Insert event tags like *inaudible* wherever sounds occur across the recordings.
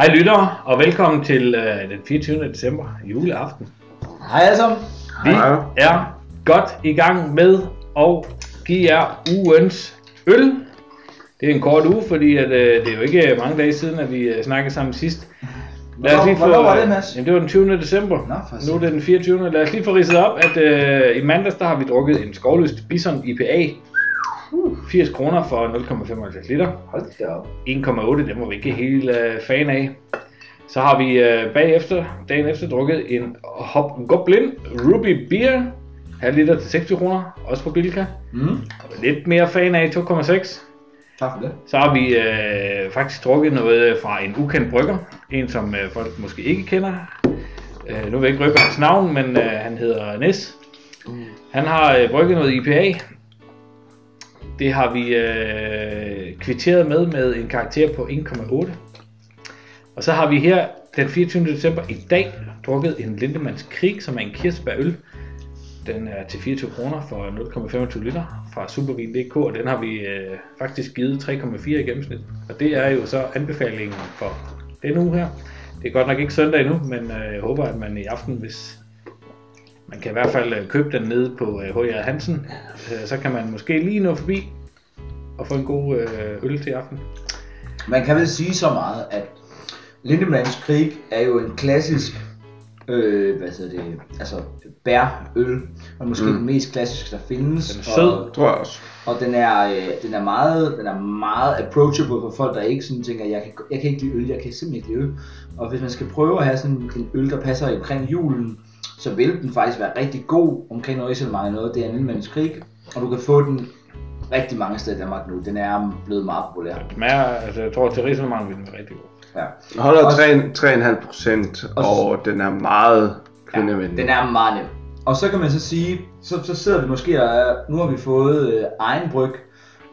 Hej lyttere, og velkommen til øh, den 24. december, juleaften. Hej alle sammen. Vi Hej. er godt i gang med at give jer ugens øl. Det er en kort uge, fordi at, øh, det er jo ikke mange dage siden, at vi øh, snakkede sammen sidst. Lad os Hvornår- lige få, hvornår var det, øh, Mads? Jamen, det var den 20. december. Nå, for nu er satan. det den 24. Lad os lige få ridset op, at øh, i mandags der har vi drukket en skovløst Bison IPA. Uh. 80 kroner for 0,75 liter. Hold da op. 1,8, den var vi ikke helt øh, fan af. Så har vi øh, bagefter, dagen efter, drukket en Hop Goblin Ruby Beer, halv liter til 60 kroner, også på Bilka. Mm. Lidt mere fan af 2,6. Tak for det. Så har vi øh, faktisk drukket noget øh, fra en ukendt brygger, en som øh, folk måske ikke kender. Øh, nu vil jeg ikke røbe hans navn, men øh, han hedder Nis. Han har øh, brygget noget IPA. Det har vi øh, kvitteret med med en karakter på 1,8. Og så har vi her den 24. december i dag drukket en Lindemanns Krig, som er en kirsebærøl. Den er til 24 kroner for 0,25 liter fra supervin.dk, og den har vi øh, faktisk givet 3,4 i gennemsnit. Og det er jo så anbefalingen for denne uge her. Det er godt nok ikke søndag endnu, men øh, jeg håber, at man i aften, hvis man kan i hvert fald øh, købe den nede på øh, H.J. Hansen, øh, så kan man måske lige nå forbi og få en god øh, øl til aften. Man kan vel sige så meget, at Lindemanns Krig er jo en klassisk, øh, hvad hedder det, altså bærøl, og måske mm. den mest klassiske, der findes. Den er sød. Og, Tror jeg også. og den, er, øh, den, er meget, den er meget approachable for folk, der ikke sådan tænker, jeg kan, jeg kan ikke lide øl, jeg kan simpelthen ikke lide øl. Og hvis man skal prøve at have sådan en øl, der passer omkring julen, så vil den faktisk være rigtig god omkring Nøjselmark noget. Det er en Lindemanns Krig, og du kan få den rigtig mange steder i Danmark nu. Den er blevet meget populær. Den smager, altså, jeg tror, til Rieselmann vil den være rigtig god. Ja. Den holder Også- 3,5 procent, og den er meget kvindevenlig. Den er meget nem. Og så kan man så sige, så, så sidder vi måske og er- nu har vi fået øh, egen bryg,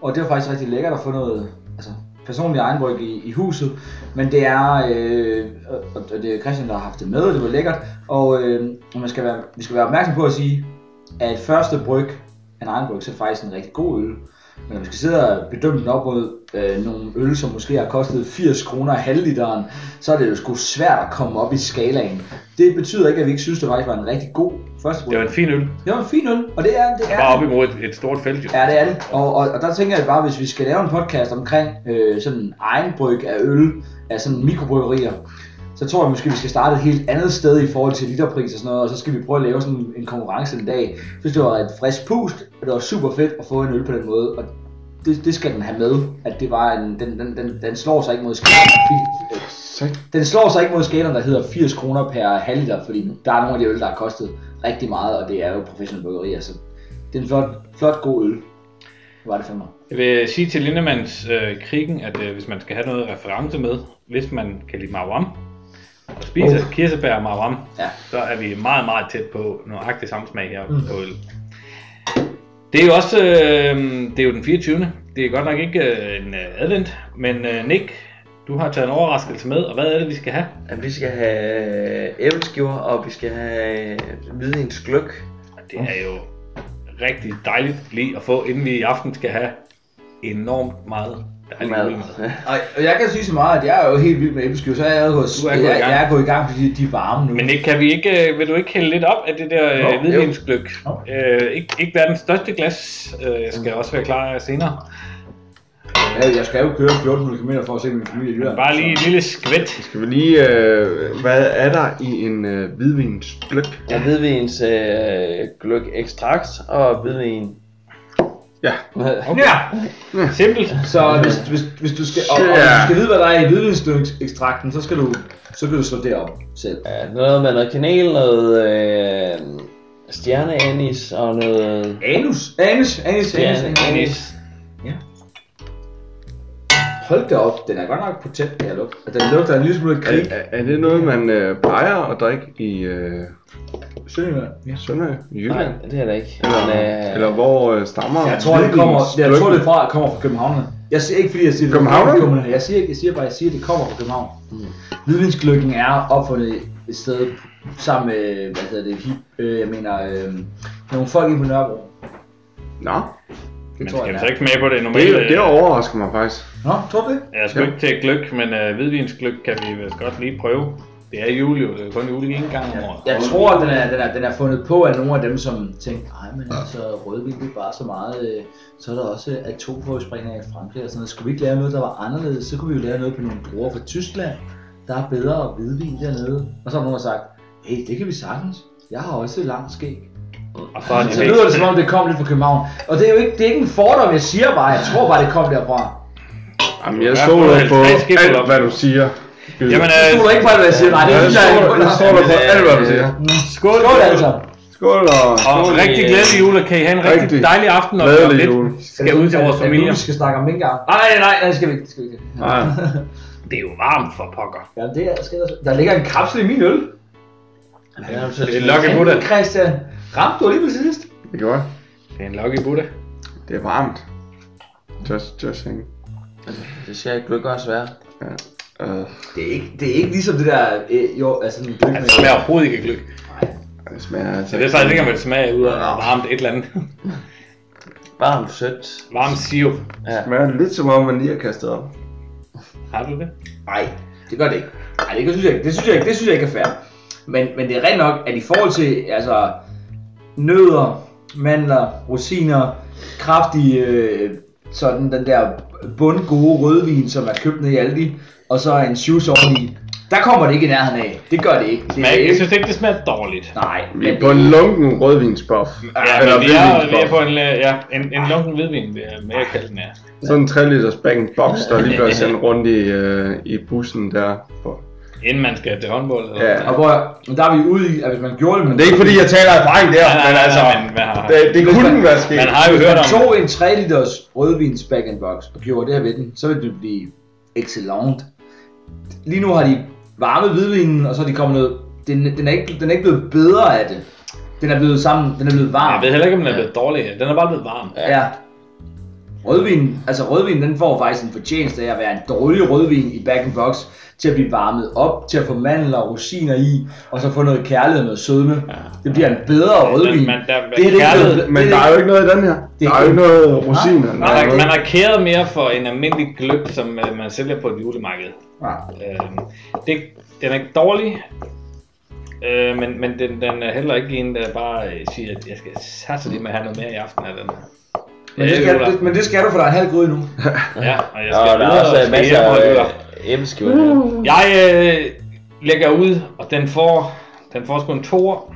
og det er faktisk rigtig lækkert at få noget altså, personlig egen bryg i, i huset, men det er, øh, og- og det er Christian, der har haft det med, og det var lækkert, og øh, og man skal være, vi skal være opmærksom på at sige, at første bryg af en egen bryg, så er det faktisk en rigtig god øl, men når vi skal sidde og bedømme den op mod øh, nogle øl, som måske har kostet 80 kroner halvliteren, så er det jo sgu svært at komme op i skalaen. Det betyder ikke, at vi ikke synes, det faktisk var en rigtig god første Det var bryg. en fin øl. Det var en fin øl, og det er det. Er, Bare op imod et, et stort felt, jo. Ja, det er det. Og, og, og der tænker jeg bare, hvis vi skal lave en podcast omkring øh, sådan egenbryg af øl, af sådan mikrobryggerier, så tror jeg måske, vi skal starte et helt andet sted i forhold til literpris og sådan noget, og så skal vi prøve at lave sådan en konkurrence en dag. Jeg synes, det var et frisk pust, og det var super fedt at få en øl på den måde, og det, det skal den have med, at det var en, den, den, den, den slår sig ikke mod skalaen. Sat- Den slår sig ikke mod skalaen, der hedder 80 kroner per halvliter, fordi der er nogle af de øl, der har kostet rigtig meget, og det er jo professionelle bryggerier, så det er en flot, flot god øl. Hvor var det for mig? Jeg vil sige til Lindemanns øh, krigen, at øh, hvis man skal have noget reference med, hvis man kan lide marwam, og spise oh. kirsebær og marwam, Ja. så er vi meget, meget tæt på nøjagtig samme smag her mm. på øl. Det er jo også, øh, det er jo den 24. Det er godt nok ikke øh, en øh, advent, men øh, Nick, du har taget en overraskelse med, og hvad er det, vi skal have? At vi skal have æbleskiver, og vi skal have hvidens gløk. Og Det er jo rigtig dejligt lige at få, inden vi i aften skal have enormt meget dejlig Mad. julemad. Og, og jeg kan sige så meget, at jeg er jo helt vild med æbleskiver, så er jeg jo hos, Du er jeg, gået i gang. jeg er gået i gang, fordi de er varme nu. Men ikke, kan vi ikke, øh, vil du ikke hælde lidt op af det der Jo, øh, hvidvinsgløk? jo. Øh, ikke, ikke være den største glas, øh, jeg skal også være klar senere. jeg, jeg skal jo køre 1400 km for at se min familie i Jylland. Bare lige en lille skvæt. Skal vi lige... Øh, hvad er der i en øh, hvidvinsbløk? Der er hvidvins øh, gløk ekstrakt og hvidvin. Ja. Okay. Ja. Simpelt. Så, så hvis, hvis, hvis, du skal, og, og, hvis du skal vide, hvad der er i hvidvinsekstrakten, så skal du, så kan du slå det op selv. Ja, noget med noget kanel, noget øh, stjerneanis og noget... Anus? Anus, anus, anus, anus. Stjerneanis. Hold da op, den er godt nok potent, den her lugt. Og den lugter en lille smule af krig. Er, er, er det noget, man øh, plejer at drikke i øh, Sønderjylland. Ja. Sønderjylland? I Jylland? Nej, det er det ikke. Eller, Men, øh, eller hvor øh, stammer Jeg tror, det kommer, jeg tror, det hvidvinsgløggen? fra, kommer fra København. Jeg siger ikke, fordi jeg siger, det København? København. Jeg siger, ikke, jeg siger bare, jeg siger, at det kommer fra København. Mm. Hvidvinsklykken er opfundet et sted sammen med, hvad hedder det, hip, øh, jeg mener, øh, nogle folk inde på Nørrebro. Nå. Det Men tror skal vi jeg, så det ikke smage på det normalt? Det, det øh, overrasker mig faktisk. er. Nå, tror du det? Jeg skal ikke til gløk, men øh, hvidvinsgløk kan vi vel godt lige prøve. Det er jul jo, det er kun jul en gang om året. Jeg tror, den er, den, er, den er fundet på af nogle af dem, som tænkte, nej, men altså, rødvin det er bare så meget, øh, så er der også atomprøvesprængninger i Frankrig og sådan noget. Skulle vi ikke lave noget, der var anderledes, så kunne vi jo lave noget på nogle druer fra Tyskland, der er bedre hvidvin dernede. Og så har nogen sagt, hey, det kan vi sagtens. Jeg har også langt skæg. Og så er det Så lyder det som om, det kom lidt fra København. Og det er jo ikke, det er ikke en fordom, jeg siger bare, jeg tror bare, det kom derfra. Jamen, jeg Ja, stoler det er på halvtreds skifter alt, op. hvad du siger. Jamen, Du øh, stoler ikke på, hvad jeg siger, nej, det er jeg ikke, stoler, jeg stoler på Men, alt, hvad du øh, siger. skål, Skål altså. øh, Skål og Og rigtig glædelig jul, og kan I have en rigtig, Rigtig dejlig aften, og glædelig lidt jul. skal ud til vores Er det nu, familier. Vi skal snakke om minkavl. Nej, nej, Nej, det skal vi ikke. Det skal vi ikke. Nej, det er jo varmt for pokker. Ja, det er, skal der, der ligger en kapsel i min øl. Det er Lucky Buddha. Christian, ramte du lige på sidst? det kan godt. Det er en Lucky Buddha. Det er varmt. Just, just saying. Det skal ikke lykke også være. Ja. Øh, Det er ikke, det er ikke ligesom det der, øh, jo, altså sådan en gløb Altså, det smager overhovedet ikke af gløk. det smager altså Så det er faktisk ikke, om det smager ud af varmt et eller andet. *laughs* Varmt sødt. Varmt sirup. Det smager lidt som om, man lige har kastet op. Har du det? Nej, det gør det ikke. Nej, det synes jeg ikke. Det synes jeg ikke, det synes jeg ikke er fair. Men, men det er rent nok, at i forhold til altså, nødder, mandler, rosiner, kraftige, øh, sådan den der bundgode rødvin, som er købt ned i Aldi, og så en shoes oveni, der kommer det ikke i nærheden af. Det gør det ikke. Det Men er jeg, jeg ikke. synes ikke, det smager dårligt. Nej, Vi men er på en lunken rødvinsbuff. Ja, Eller men vi er, vi er hvidvinsbuff. på en, øh, ja, en, en lunken hvidvin, det er mere kaldt den er. Sådan en 3 liters bag en box, der lige bliver sendt rundt i, øh, i bussen der. Inden man skal til håndbold. Eller Ja. Og prøv at, høre, men der er vi ude i, at hvis man gjorde det, men Det er ikke fordi, jeg taler erfaring der, Nej, nej, men nej, altså, nej, men man har, det, det Hvis kunne man- være sket. man har jo Hvis hørt man om, tog en 3 liters rødvins back in box og gjorde det her ved den, så ville det blive excellent. Lige nu har de varmet hvidvinen, og så er de kommet noget... Den, den, er ikke, den er ikke blevet bedre af det. Den er blevet sammen, den er blevet varm. jeg ved heller ikke, om den er blevet dårlig. Den er bare blevet varm. Ja. Rødvin, altså rødvin, den får faktisk en fortjeneste af at være en dårlig rødvin i back in box til at blive varmet op, til at få mandler og rosiner i, og så få noget kærlighed og noget sødme. Det bliver en bedre rødvin. man- der- det her, det er ikke kærlighed- blevet- Men det der her- er jo ikke noget i den her. Det er Der er jo ikke noget rosiner. Man har, man Nej, har kæret mere for en almindelig gløb, som øh, man sælger på et julemarked. Nej. Øhm, det, den er ikke dårlig, øh, men, men den, den er heller ikke en, der bare øh, siger, at jeg skal satse lige med at have noget mere i aften af den her. Men det, Øh, skal, Ola. det, men det skal du, for der er en halv gryde nu. Ja, og jeg Og skal der er videre også og øh, skal masser hjem og af høre. øh, hjemmeskiver. her. Jeg øh, lægger ud, og den får, den får sgu en toer.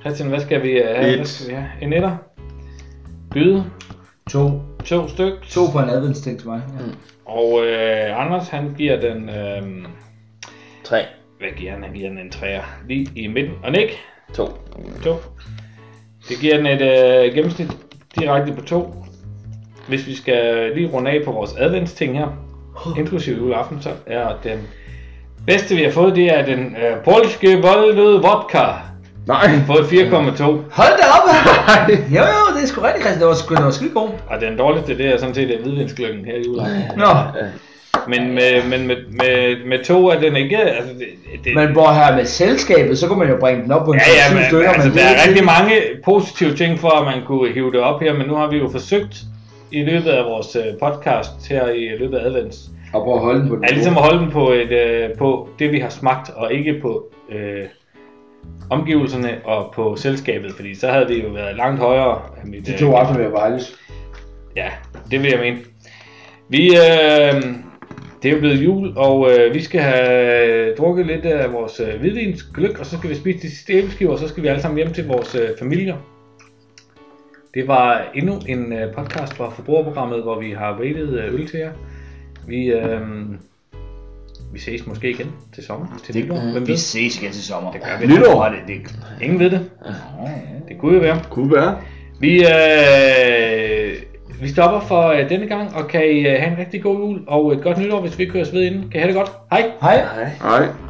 Christian, hvad skal vi øh, have? Hvad Et. skal vi have? En etter? Gyde? To. To styk? To på en adventsting til mig. Ja. Og øh, Anders, han giver den... Øh, Tre. Hvad giver han? Han giver den en træer lige i midten. Og Nick, To. to. Det giver den et øh, gennemsnit direkte på to. Hvis vi skal lige runde af på vores adventsting her, inklusive juleaften, så er den bedste, vi har fået, det er den øh, polske voldløde vodka. nej. Fået 4,2. Hold da op! *laughs* jo, jo, det er sgu rigtigt, Christian. Det var sgu noget skide god. Og den dårligste, det er sådan set øh, hvidvindsklykken her i juleaften. Nå, Men med, men med, med, med to er den ikke... Altså, det, det, men hvor her med selskabet, så kunne man jo bringe den op på en Ja, ja, 20 men, stykker. altså, men der det er rigtig mange positive ting for, at man kunne hive det op her, men nu har vi jo forsøgt i løbet af vores øh, podcast her i løbet af advents, Og prøv at holde den på den. at ligesom at holde den på, et, øh, på det, vi har smagt, og ikke på øh, omgivelserne og på selskabet, fordi så havde vi jo været langt højere. af Mit, De to øh, aftener vil jeg bare Ja, det vil jeg mene. Vi, øh, det er jo blevet jul, og øh, vi skal have øh, drukket lidt af vores øh, hvidvinsgløk, og så skal vi spise de sidste æbleskiver, og så skal vi alle sammen hjem til vores øh, familier. Det var endnu en øh, podcast fra Forbrugerprogrammet, hvor vi har rated øh, øl til jer. Vi, øh, vi ses måske igen til sommer, til nytår. Hvem ved? ses igen til sommer. Det gør vi. Nytår. det, det. Ingen ved det. Det kunne jo være. Kunne være. Vi, øh, vi stopper for øh, denne gang, og kan I øh, have en rigtig god jul og et godt nytår, hvis vi køres ved inden. Kan I have det godt. Hej! Hej. Nej. Nej.